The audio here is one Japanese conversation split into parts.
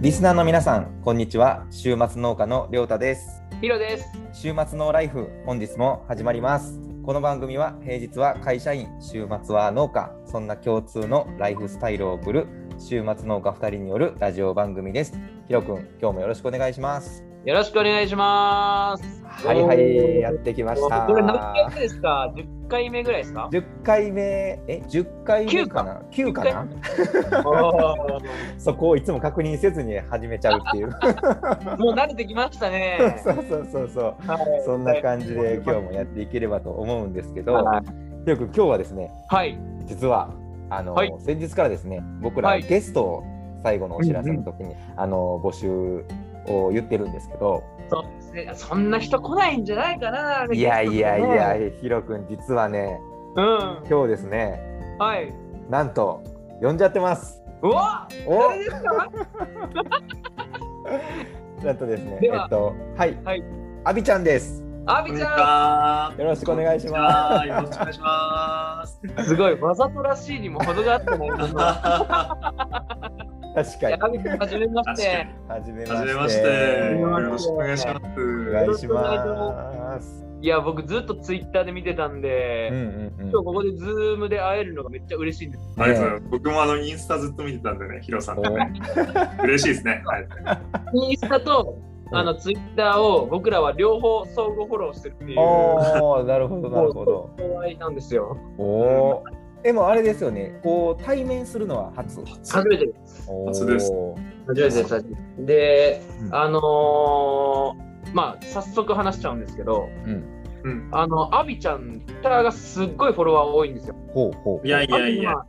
リスナーの皆さん、こんにちは。週末農家のりょうたです。ヒロです。週末のライフ、本日も始まります。この番組は平日は会社員、週末は農家、そんな共通のライフスタイルを送る週末農家2人によるラジオ番組です。ひろくん、今日もよろしくお願いします。よろしくお願いします。はいはい、やってきました。これ何回目ですか ?10 回目ぐらいですか10回目、え、10回目かな ?9 かなもそこをいつも確認せずに始めちゃう っていう。う慣れてきましたね。そうそうそうそう。はいそんな感じで今日もやっていければと思うんですけど、ひろくん、今日はですね、はい。実はあの、はい先日からですね僕らはいゲストを最後のお知らせの時に、あの募集を言ってるんですけどそうですね。そんな人来ないんじゃないかな。いやいやいや。ヒロ君実はねうん。今日ですねはい。なんと呼んじゃってますうわお誰ですかなんとですねえではっとはい、はいアビちゃんですアこビんにちちゃは。よろしくお願いしこまんにちはよろしくお願い します。んすごい、わざとらしいにも程があっても。いす確かにやアビちゃん、はじめまして。はじめまはしじてめまして。はよじめまろししてくお願いしまおす。願いろししくお願いしますいや、僕ずっとツイッターで見てたんで、うんうんうん今日ここでズームで会えるのがめっちゃ嬉しいんです。ありがとうございます。僕もあのインスタずっと見てたんでね、ヒロさんとね。嬉しいですね。はい。インスタと、うんあのツイッターを僕らは両方相互フォローしてるっていうおーなるほどなるほど後輩なんですよ。おお。でもあれですよね。こう対面するのは初。初めてです。おー初です初めてです。初めてですで、うんあのーまあ早速話しちゃうんですけど、うん。うん。あのアビちゃんツイッターがすっごいフォロワー多いんですよ。ほうほう。いやいやいや、アビ今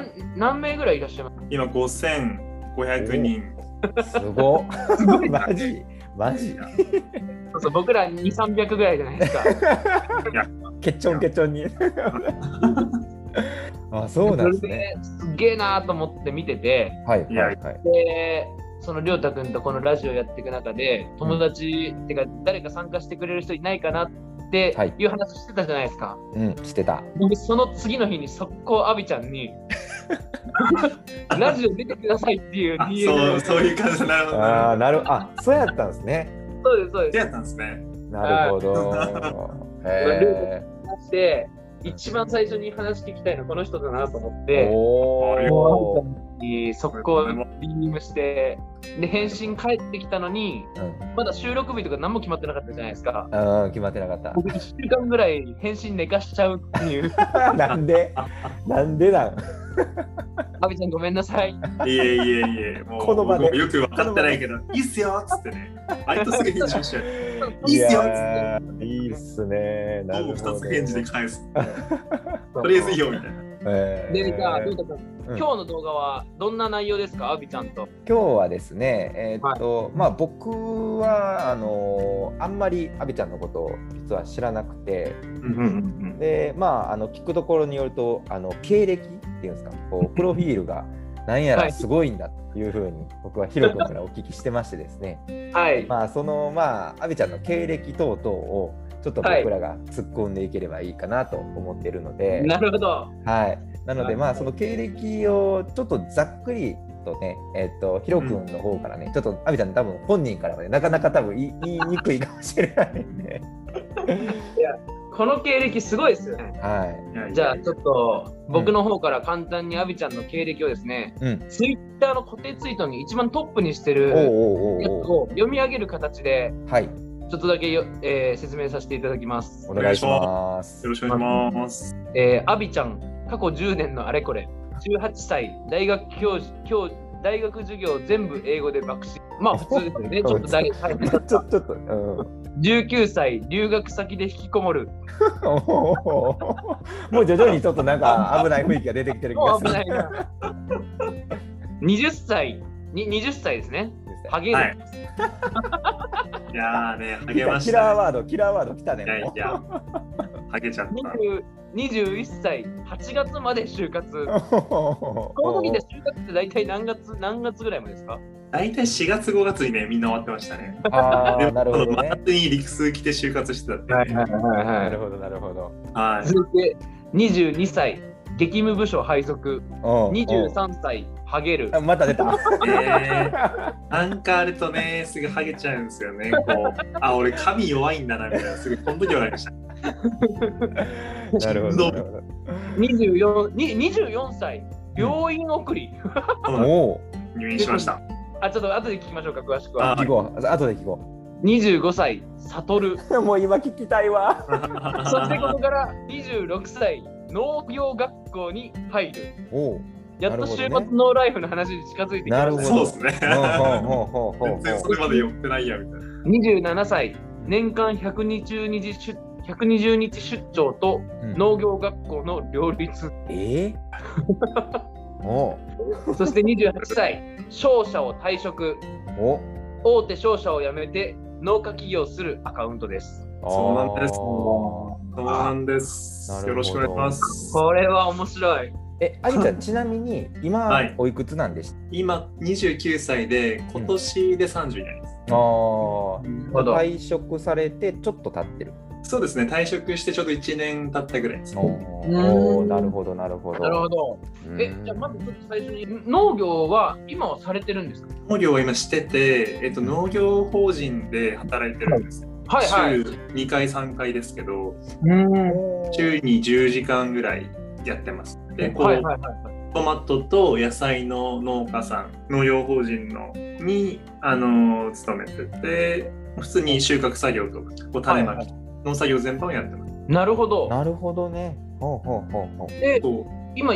何何名ぐらいいらっしゃいます今5500人。すごっ。 マジ。マジ。そうそう僕ら2、300ぐらいじゃないですか。ケチョンケチョンに。 あ、 そうなんですね。それですっげえなーと思って見てて、はいいやはいはい。でそのりょうたくんとこのラジオやっていく中で友達、ってか誰か参加してくれる人いないかなってはいいう話してたじゃないですか、うん、してた。僕その次の日に速攻アビちゃんにラジオ出てくださいっていうあ、 DM そをう、そういう感じになるほど。ああ、ななる。あ、そうやったんですね。そうですそうるほど。でやすったんですね。なるほど。へで一番最初に話聞きたいのはこの人だなと思っえ。ておお。えー速攻 DM してで返信返ってきたのにうんまだ収録日とか何も決まってなかったじゃないですかあー、決まってなかった。僕1週間ぐらい返信寝かしちゃうっていう なんで。なんでなん。阿部ちゃんごめんなさいいえいえいえ、もうこの場で僕もよく分かってないけど、いいっすよっつってね。割とすぐ返事しちゃう。いいいっすよやーいいっすね。 なるほほぼど2つ返事で返す。ととりあえずいいよみたいな。えーでじゃあどうだったうん今日の動画はどんな内容ですか阿部ちゃんと今日はですね、えーっとまあ、僕はあのーあんまり阿部ちゃんのことを実は知らなくてうんうんうんで、まあ、あの聞くところによるとあの経歴っていうんですかこうプロフィールがなんやはらいすごいんだというふうに僕はヒロ君からお聞きしてましてですね、はいまあ、そのまあ阿部ちゃんの経歴等々をちょっと僕らが突っ込んでいければいいかなと思ってるので。なるほどはい、なのはで、いまあ、その経歴をちょっとざっくりとね、えっ、と、ヒロ君の方からね、ちょっと、アビちゃん、多分本人からはね、なかなか多分言い言いにくいかもしれないんで、この経歴すごいですよねはい、いやいやじゃあちょっと僕の方から簡単に阿部ちゃんの経歴をですね、うん、ツイッターの固定ツイートに一番トップにしておうるおうやつおうおう、を読み上げる形ではい、ちょっとだけよ、えー説明させていただきますお願いしますよ。ろしくお願いします。えー、アビちゃん、過去10年のあれこれ、18歳、大学教授教大学授業全部英語で爆死。まあ普通です よね、ちょっとだいちょち ょっと、うん、おう19歳、留学先で引きこもる。おうおうもう徐々にちょっとなんか危ない雰囲気が出てきてる気もがうす危る。ないな。20歳、に20歳ですね。ハゲる、はい。いやーね、ハキゲまラしキラーた、ね。ワード、キラーワード来たね。いやいもうや、ハゲちゃった。 20 21歳、8月まで就活。ここの時で就活って大体何月、何月ぐらいまでですか大体4月5月にね、みんな終わってましたね。 あであ、も、なるほどね真。夏に陸数着て就活してたって、ね。いはいなるほど、なるほど。はい。続いて22歳激務部署配属、おうおう23歳、ハゲるあ。また出た。えー、アンカーあるとね、すぐハゲちゃうんですよね。こう、あ、俺、髪弱いんだな、みたいな、すぐ、この時はなりました。なるほどなるほ 24, に24歳、病院送り。 ど。おお。入院しました。あ、ちょっと後で聞きましょうか、詳しくは。あ聞こう。後で聞こ25歳、悟 る。う。もう今聞きたいわ。そしてここから26歳、農業学校に入る。おお。やっなるとほ週どね末ノーライフの話に近づいてきまなるしほた。どそうですね。ほうほうほうほう全然それまで寄ってないや、みたいな。 27歳、年間120日出120日出張とうん農業学校の両立。えーおそして28歳、商社を退職。お。大手商社を辞めて農家起業するアカウントです。お。そうなんですあそうなんですなるほ。どよろしくお願いします。これは面白い。ー。え、あみちゃん、 ちなみに、今はい、おいくつなんでした。今、29歳で、今年で30になります。ああ。ほど退職されて、ちょっと経ってる。そうですね、退職してちょうど1年経ったぐらいです。おうんおー。なるほど、なるほど。なるほど。うんえ、じゃあまずちょっと最初に農業は今はされてるんですか農業を今してて、えっと、農業法人で働いてるんです。はいはい。週2回、3回ですけど、うん週に10時間ぐらいやってます。で、こう、はいはいはいはい。トマトと野菜の農家さん、農業法人のに、あのー勤めてて、普通に収穫作業とか、こう種まき、農作業全般をやってます。なるほど。なるほどね。ほうほうほうほう。で、こ今、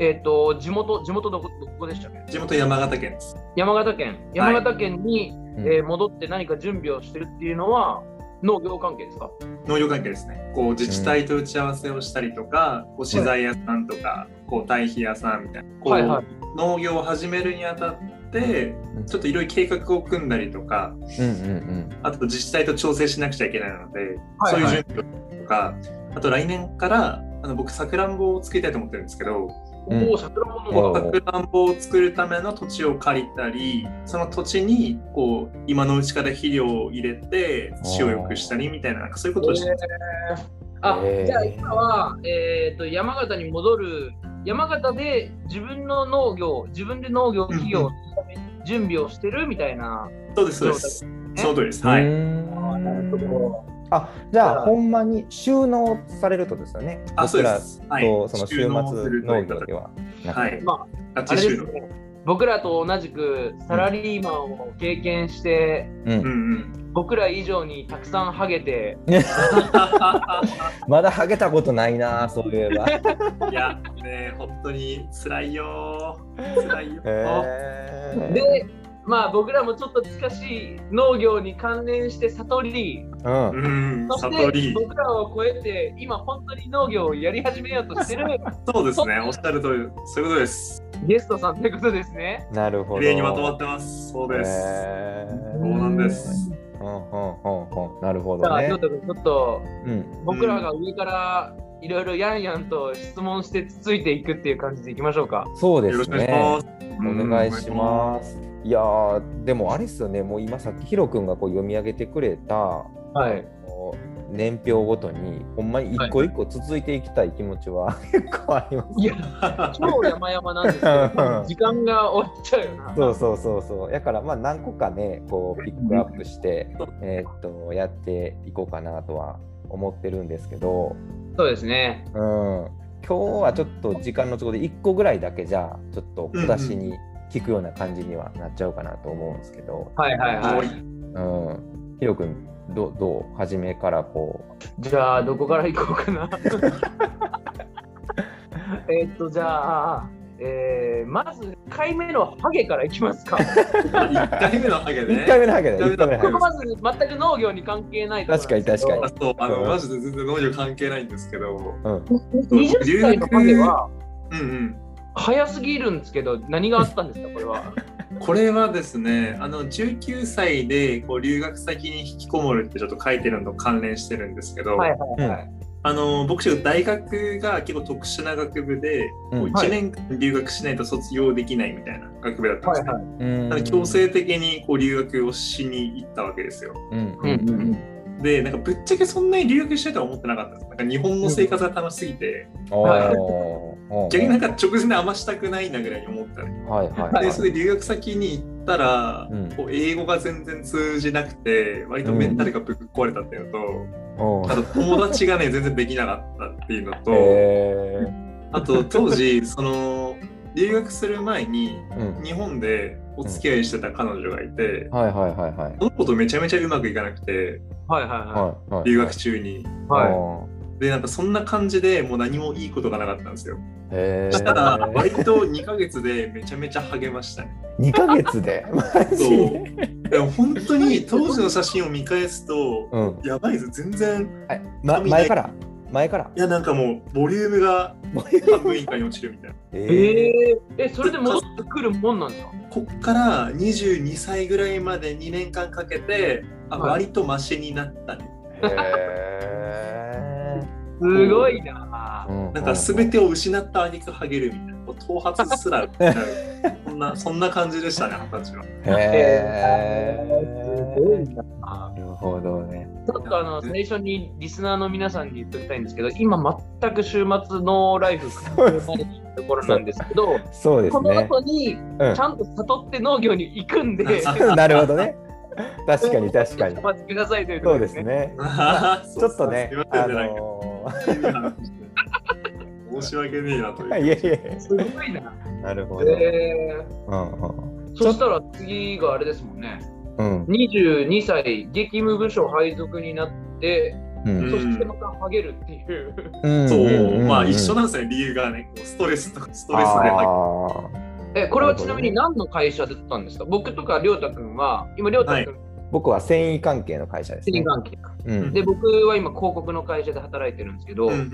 えっ、と、地元、地元どこどこでしたっけう地元山形県です。山形県。山形県に、うんえー戻って何か準備をしてるっていうのは、農業関係ですか農業関係ですねこう自治体と打ち合わせをしたりとか、こう資材屋さんとか、こう堆肥屋さんみたいなこう、はいはい。農業を始めるにあたってうんちょっといろいろ計画を組んだりとかうんうんあと自治体と調整しなくちゃいけないので、はいはいそういう準備とかあと来年からあの僕さくらんぼを作りたいと思ってるんですけどうんおお、桜もおのうさくらんぼを作るための土地を借りたりその土地にこう今のうちから肥料を入れて土を良くしたりみたいななんかそういうことをしてますあ、えーじゃあ今は、えー、と山形に戻る山形で自分の農業自分で農業企業を準備をしてるみたいな、そうです、そうです。その通りです。うん。はうい。ーんどあじゃああほんまに収納されるとですよね。あ、そう僕でらす。はい。とその週末農業では。はなはくて。い。まガあチれで収す納。ね僕らと同じくサラリーマンを経験して、ううんんうん。僕ら以上にたくさんハゲてまだハゲたことないなそういえ ば。いや、ね、本当に辛いよー。辛いよー。へーでまあ僕らもちょっと近しい農業に関連して悟りうんうん、そ悟してり。僕らを超えて今本当に農業をやり始めようと してるそうですね、おっしゃる通り、そういうことです。ゲストさんということですね。なるほど。綺麗にまとまってます。そうです。へーそうなんです。うんうんうんうんなるほじどゃあ、ねちょっ。とちょっとうん僕らが上からいろいろやんやんと質問してつついていくっていう感じでいきましょうか。そうでよすろしくお願いねし。ます。お願いします。いやーでもあれですよね、もう今さっきヒロ君がこう読み上げてくれたはい。こう年表ごとに、ほんまに一個一個続いていきたい気持ちは結構あります。いや、超山々なんですけ ど、時間が終わっちゃうよな。そうそうそうそう。だからまあ何個かね、こうピックアップして、えーっとやっていこうかなとは思ってるんですけど、そうですね。うん、今日はちょっと時間の都合で一個ぐらいだけじゃちょっと小出しに聞くような感じにはなっちゃうかなと思うんですけど。はいはいは。はいい。うん、ヒロ君どうどう初めからこじゃあ、どこから行こう かな。えっと、じゃあ、えー、まず1回目のハゲからいきますか。 1回目のハゲう、ね1。回目のハゲだよ一1回目のハこゲこまず全く農業に関係ないところ確かに確かなんにあ、そう、あうの、んマジで全然農業関係ないんですけど。ですけど。20歳のハゲは、うんうん。早すぎるんですけど何があったんですかこれはこれはですねあの19歳でこう留学先に引きこもるってちょっと書いてるのと関連してるんですけ ど、はいはいはい、あの僕ちょっと大学が結構特殊な学部で、うんこう1年間留学しないと卒業できないみたいな学部だったんはですいね、はいうんなので強制的にこう留学をしに行ったわけですようんうんうんでなんかぶっちゃけそんなに留学したいとは思ってなかったですなんか日本の生活が楽しすぎて、おはいー逆になんか直前で余したくないなぐらいに思ったねはいはいはいでそれで留学先に行ったら、うんこう英語が全然通じなくて割とメンタルがぶっ壊れたっていうのと、おあーと友達がね全然できなかったっていうのと、 へあと当時その留学する前にーうん日本でお付き合いしてた彼女がいて、はいはいはいはいその子とめちゃめちゃうまくいかなくてはいははいはい留学中に。いはい。はい。おーでなんかそんな感じでもう何もいいことがなかったんですよ。へーしたら割と2ヶ月でめちゃめちゃ励ましたね。 二ヶ月でマジそうで。でも本当に当時の写真を見返すと、うんやばいぞ全然はいま前から前からいやなんかもうボリュームが半分以下に落ちるみたいな。ええええ、それで戻ってくるもんなんですかこっから22歳ぐらいまで2年間かけてあはい割とマシになったね。ーへすごいなーうなんか全てを失った挙句ハゲるみたいな。もう頭髪すらそんなそんな感じでしたね二十歳は。へすごいーぁ。なるほどねちょっとあの、最初にリスナーの皆さんに言っておきたいんですけど、今全く週末ノーライフから生まれているところなんですけど、そうですこのね後にうんちゃんと悟って農業に行くんで、 なるほどね確かに確 かにお待ちくださいというこそとうです。ねちちょっとねすいませんあねなんかの 申し訳ねえなとー いいう。やいやいすごいな。やなるほどえうんうんー、そしたら次があれですもんね。うん22歳、激務部署配属になって、うんそしてまたハゲるっていう。うんそう、んんまあ一緒だなんですよね、理由がね、こうストレスとかストレスでハあーえ、これはちなみに何の会社だったんですか僕とかりょうたくんは、今りょうたくん僕は繊維関係の会社です繊ね維関係か。うんで、僕は今広告の会社で働いてるんですけど、ゲる。うん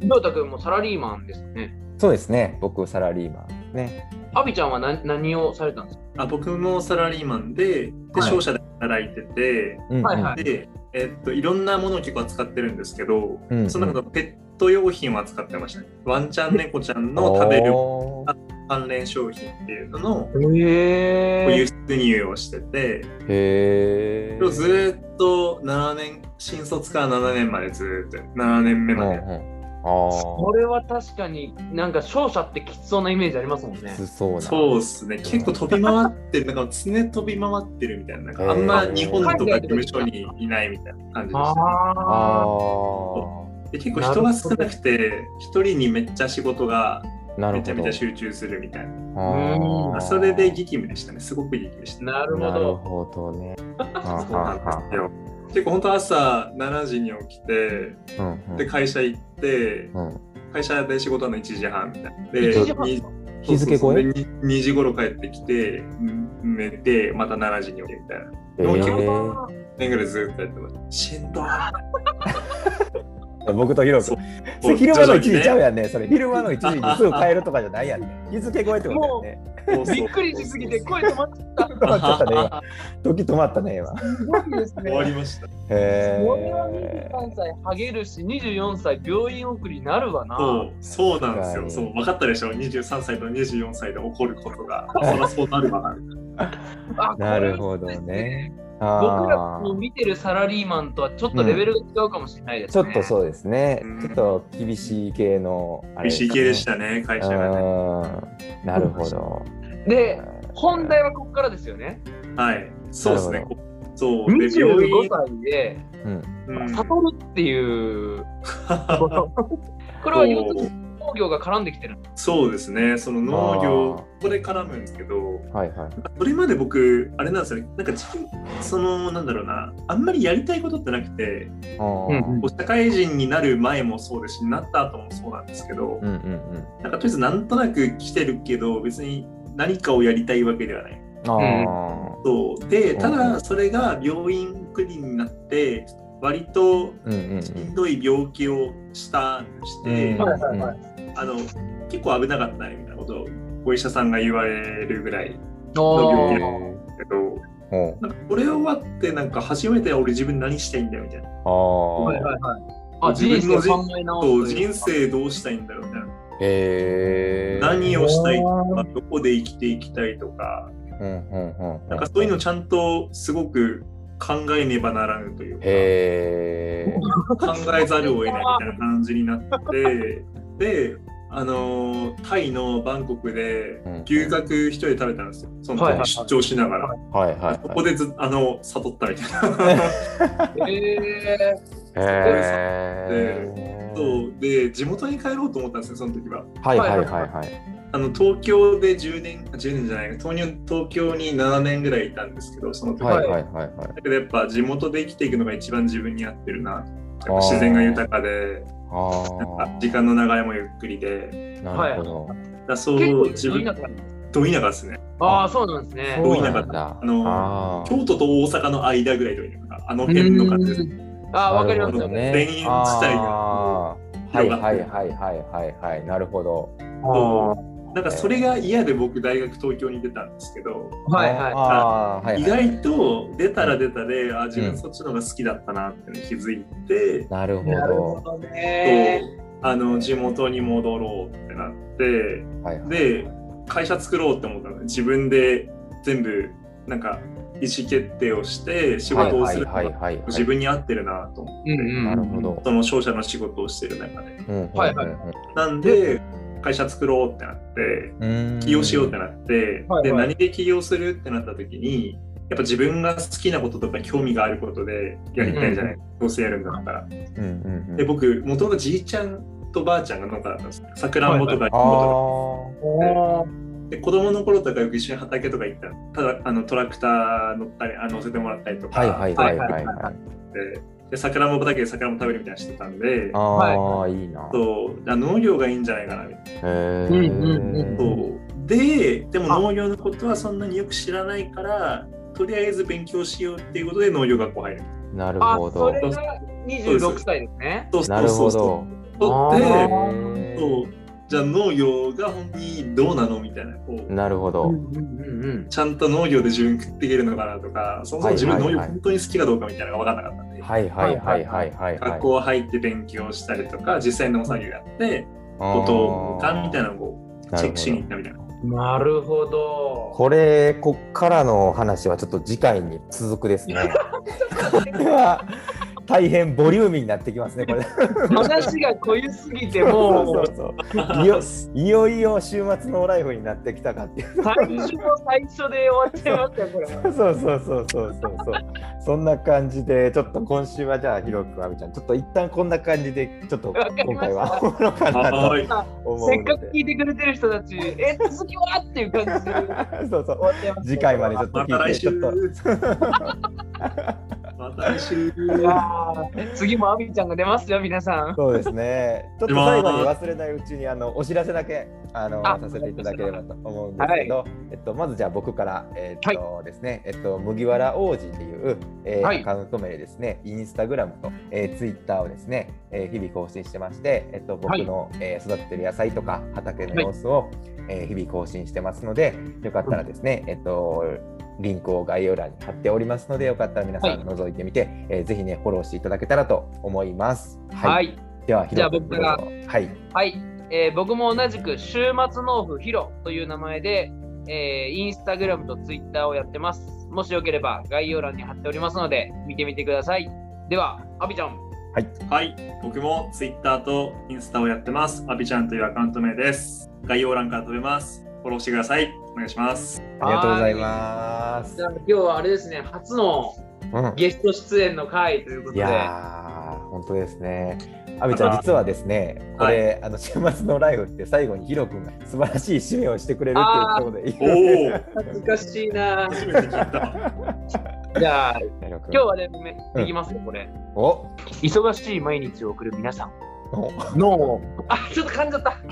りうんょうたくんもサラリーマンですよね。そうですね僕サラリーマンですねアビちゃんは何何をされたんですかうん、あ僕もサラリーマンで、ではい商社で働いてて、うんうんはいはいで、えっと、いろんなものを結構扱ってるんですけど、うんうんその中のペット用品を扱ってましたね。ワンちゃん、猫ちゃんの食べるおー関連商品っていうのの輸え出入をしてて、へそーれをずっと7年、新卒から7年までずっと、7年目まで。うんうんこれは確かになんか商社ってきつそうなイメージありますもんあねあ。そうなそうですね、結構飛び回ってる、なんか常飛び回ってるみたいな、なんかあんま日本とか事務所にいないみたいな感じでした、ね。ああで結構人が少なくて、一人にめっちゃ仕事がーなるめほちゃどめちゃ集中するみたいあーうな。それで激務でしたね、すごく激務でしあ、た。なるほなるど。ほどね そうなんですよ。結構本当朝7時に起きて、うんうんで会社行って、うん会社で仕事の1時半みたいな。で1時半に日付超えそうそうそうでに ?2 時頃帰ってきて、ん寝て、また7時に起きてみたいな。えでも結ー年ぐらいずっとやってます。しんどい。僕とヒロ君 それ昼間の1時ちゃうやんねそれ昼間の1時にすぐ帰るとかじゃないやんね日付超えってことだよ ねびっくりしすぎて声止まっちゃっちょっと待ってね時止まったね今た。すごいです終わりました。へこれはえ23歳ハゲるし24歳病院送りになるわな。そう、そうなんですはよ。いそう、分かったでしょ。23歳と24歳で起こることが、そりゃそうなるわな。あこれなるほどね。あー僕らの見てるサラリーマンとはちょっとレベルが違うかもしれないでちすょね。っとそうですねう。んちょっと厳しい系のあれ厳すしねい系でしたね、会社がね。うんなるほど。で、本題はここからですよね。はい。そうですねなる。そう、で、病25院。歳でうんうん悟るっていうこ と。これは要するに農業が絡んできてる。そうですね、その農業、ここで絡むんですけど、はいはい。それまで僕、あれなんですよね、なんか自分、その、なんだろうな、あんまりやりたいことってなくて、あーこう社会人になる前もそうですし、なった後もそうなんですけどう、んうんなんかとりあえずなんとなく来てるけど、別に何かをやりたいわけではない。うん。あそうで、たうんだそれが病院送りになって、割とーうんうんしんどい病気をしたしうて、ん。はいはいはいい。あの結構危なかったねみたいなことをお医者さんが言われるぐらいだお農ー業けど、おなんかこれ終わってなんか初めて俺自分何したいんだよみたいな。あはいあ。はいはい。あ、自人分生の人考え直そうすという人生どうしたいんだろうみたいな。へえ。何をしたいとか、どこで生きていきたいとか、うんうんうん。なんかそういうのちゃんとすごく考えねばならぬというか、へえ。考えざるを得ないみたいな感じになって、で、あのータイのバンコクでうん牛角一人で食べたんですよ。そのはいはい時はい出張しながら。はいはい、はい。ここでずあの悟ったみたいな。えへーそうで地元に帰ろうと思ったんですよその時は。はいはいはいはい。あの東京で10年あ10年じゃない東京東京に7年ぐらいいたんですけどその時はは、はいいはいはいはい。だけどやっぱ地元で生きていくのが一番自分に合ってるなやっぱあー自然が豊かでなんあか時間の流れもゆっくりであ、なるほど。だー、そう結構自自分分だったんですど田舎ですねああ、そうなんですね。そうななんだんだ。あのあー京都と大阪の間ぐらいというかあの辺の感じですうんああ、わかりまなるすほどね。田園地帯があーはい広がってはいはいはいはいはい。なるほど。はなんかそれが嫌で僕大学東京に出たんですけどいはあーはい意はい。外と出たら出たであ自分そっちの方が好きだったなっていうのに気づいて、なるい。なるほほどとね。あの地元に戻ろうってなってど。はいはい。で会社作ろうって思ったの自分で全部なんか意思決定をして仕事をするのはいがはいはいはい。自分に合ってるなと思って、うんうんなるほど。その商社の仕事をしてる中でうんうんうんはいはいなんで会社作ろうってなってうん起業しようってなって、はいではい何で起業するってなった時にやっぱ自分が好きなこととか興味があることでやりたいじゃない、どうせやるんだったら。うんうんうんで僕もともとじいちゃんとばあちゃんが農家だったんですさくらんぼとかりんあごとかーおーで子供の頃とかよく一緒に畑とか行ったらただあのトラクター乗ったりあ乗せてもらったりとかはいはいはいはいやっはい。てでさくらんぼ畑でさくらんぼ食べるみたいなのしてたんでああ、いいな。そうあ農業がいいんじゃないかなみたいへーうんうんうんなそうででも農業のことはそんなによく知らないからとりあえず勉強しようっていうことで農業学校入るなるあほ、そど。れが26歳ですね。そうなるほそど。うそうあ取ーってへーそうじゃあ農業が本当にどうなのみたいなこうなるほうど。んうんうんうんちゃんと農業で自分食っていけるのかなとか、そもそも自分はいはい農業はい本当に好きかどうかみたいなのが分からなかったんで、はいはいはいはいはい。学校入って勉強したりとか、実際農作業やって、こことかみたいなのをチェックしに行ったみたいな。なるほど。これ、こっからの話はちょっと次回に続くですね。これは大変ボリューミーになってきますね、これ。話が濃ゆすぎて、もうそうそうそう いよいよいよ週末のライフになってきたかっていう。最初の最初で終わっちゃいましたよ、これ。そうそうそうそうそうそう。そんな感じで、ちょっと今週はじゃあ、ひろくあみちゃん、ちょっと一旦こんな感じで、ちょっと今回は終わろうかなとはい思うせのでっかく。聞いてくれてる人たち、え、続きはっていう感じで終わっ そうそう。ちゃいました。次回までちょっとまた聞いて、来ち 週ょっと。また来週いやー次もアミちゃんが出ますよ、皆さん。そうですね。ちょっと最後に忘れないうちにあのお知らせだけあのあさせていただければと思うんですけど、えっとまずじゃあ僕からえっとですね、えっと麦わら王子っていう、えーはいアカウント名でですね、インスタグラムと、えー、ツイッターをですね、えー日々更新してまして、えっと僕の、えー育ってる野菜とか畑の様子を、えー日々更新してますので、よかったらですね、えっとリンクを概要欄に貼っておりますので、よかったら皆さん覗いてみて、えーぜひねフォローしていただけたらと思います。はい。では、じゃあ僕からひろ君はい。はい、えー僕も同じく週末農夫ヒロという名前で、えーインスタグラムとツイッターをやってます。もしよければ概要欄に貼っておりますので見てみてください。では、アビちゃん。はい、僕も Twitter とインスタをやってます。アビちゃんというアカウント名です。概要欄から飛べます。フォローしてください。お願いします。ありがとうございますじゃ。あ今日はあれですね、初のうんゲスト出演の回ということいで、やー、本当ですね。阿部ちゃん、実はですね、 これ、あの週末のライフって最後にヒロ君が素晴らしい締めをしてくれるっていうことおおで。恥ずかしいな。初めて聞いた。じゃあ、ヒロ君今日はね、できますよ、これ。お忙しい毎日を送る皆さん。おのあちょっと噛んじゃった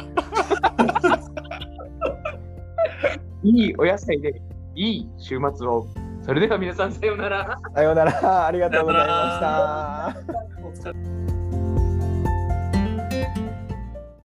いいお野菜でいい週末をそれでは皆さんさようならさようなら、ありがとうございました。お疲れ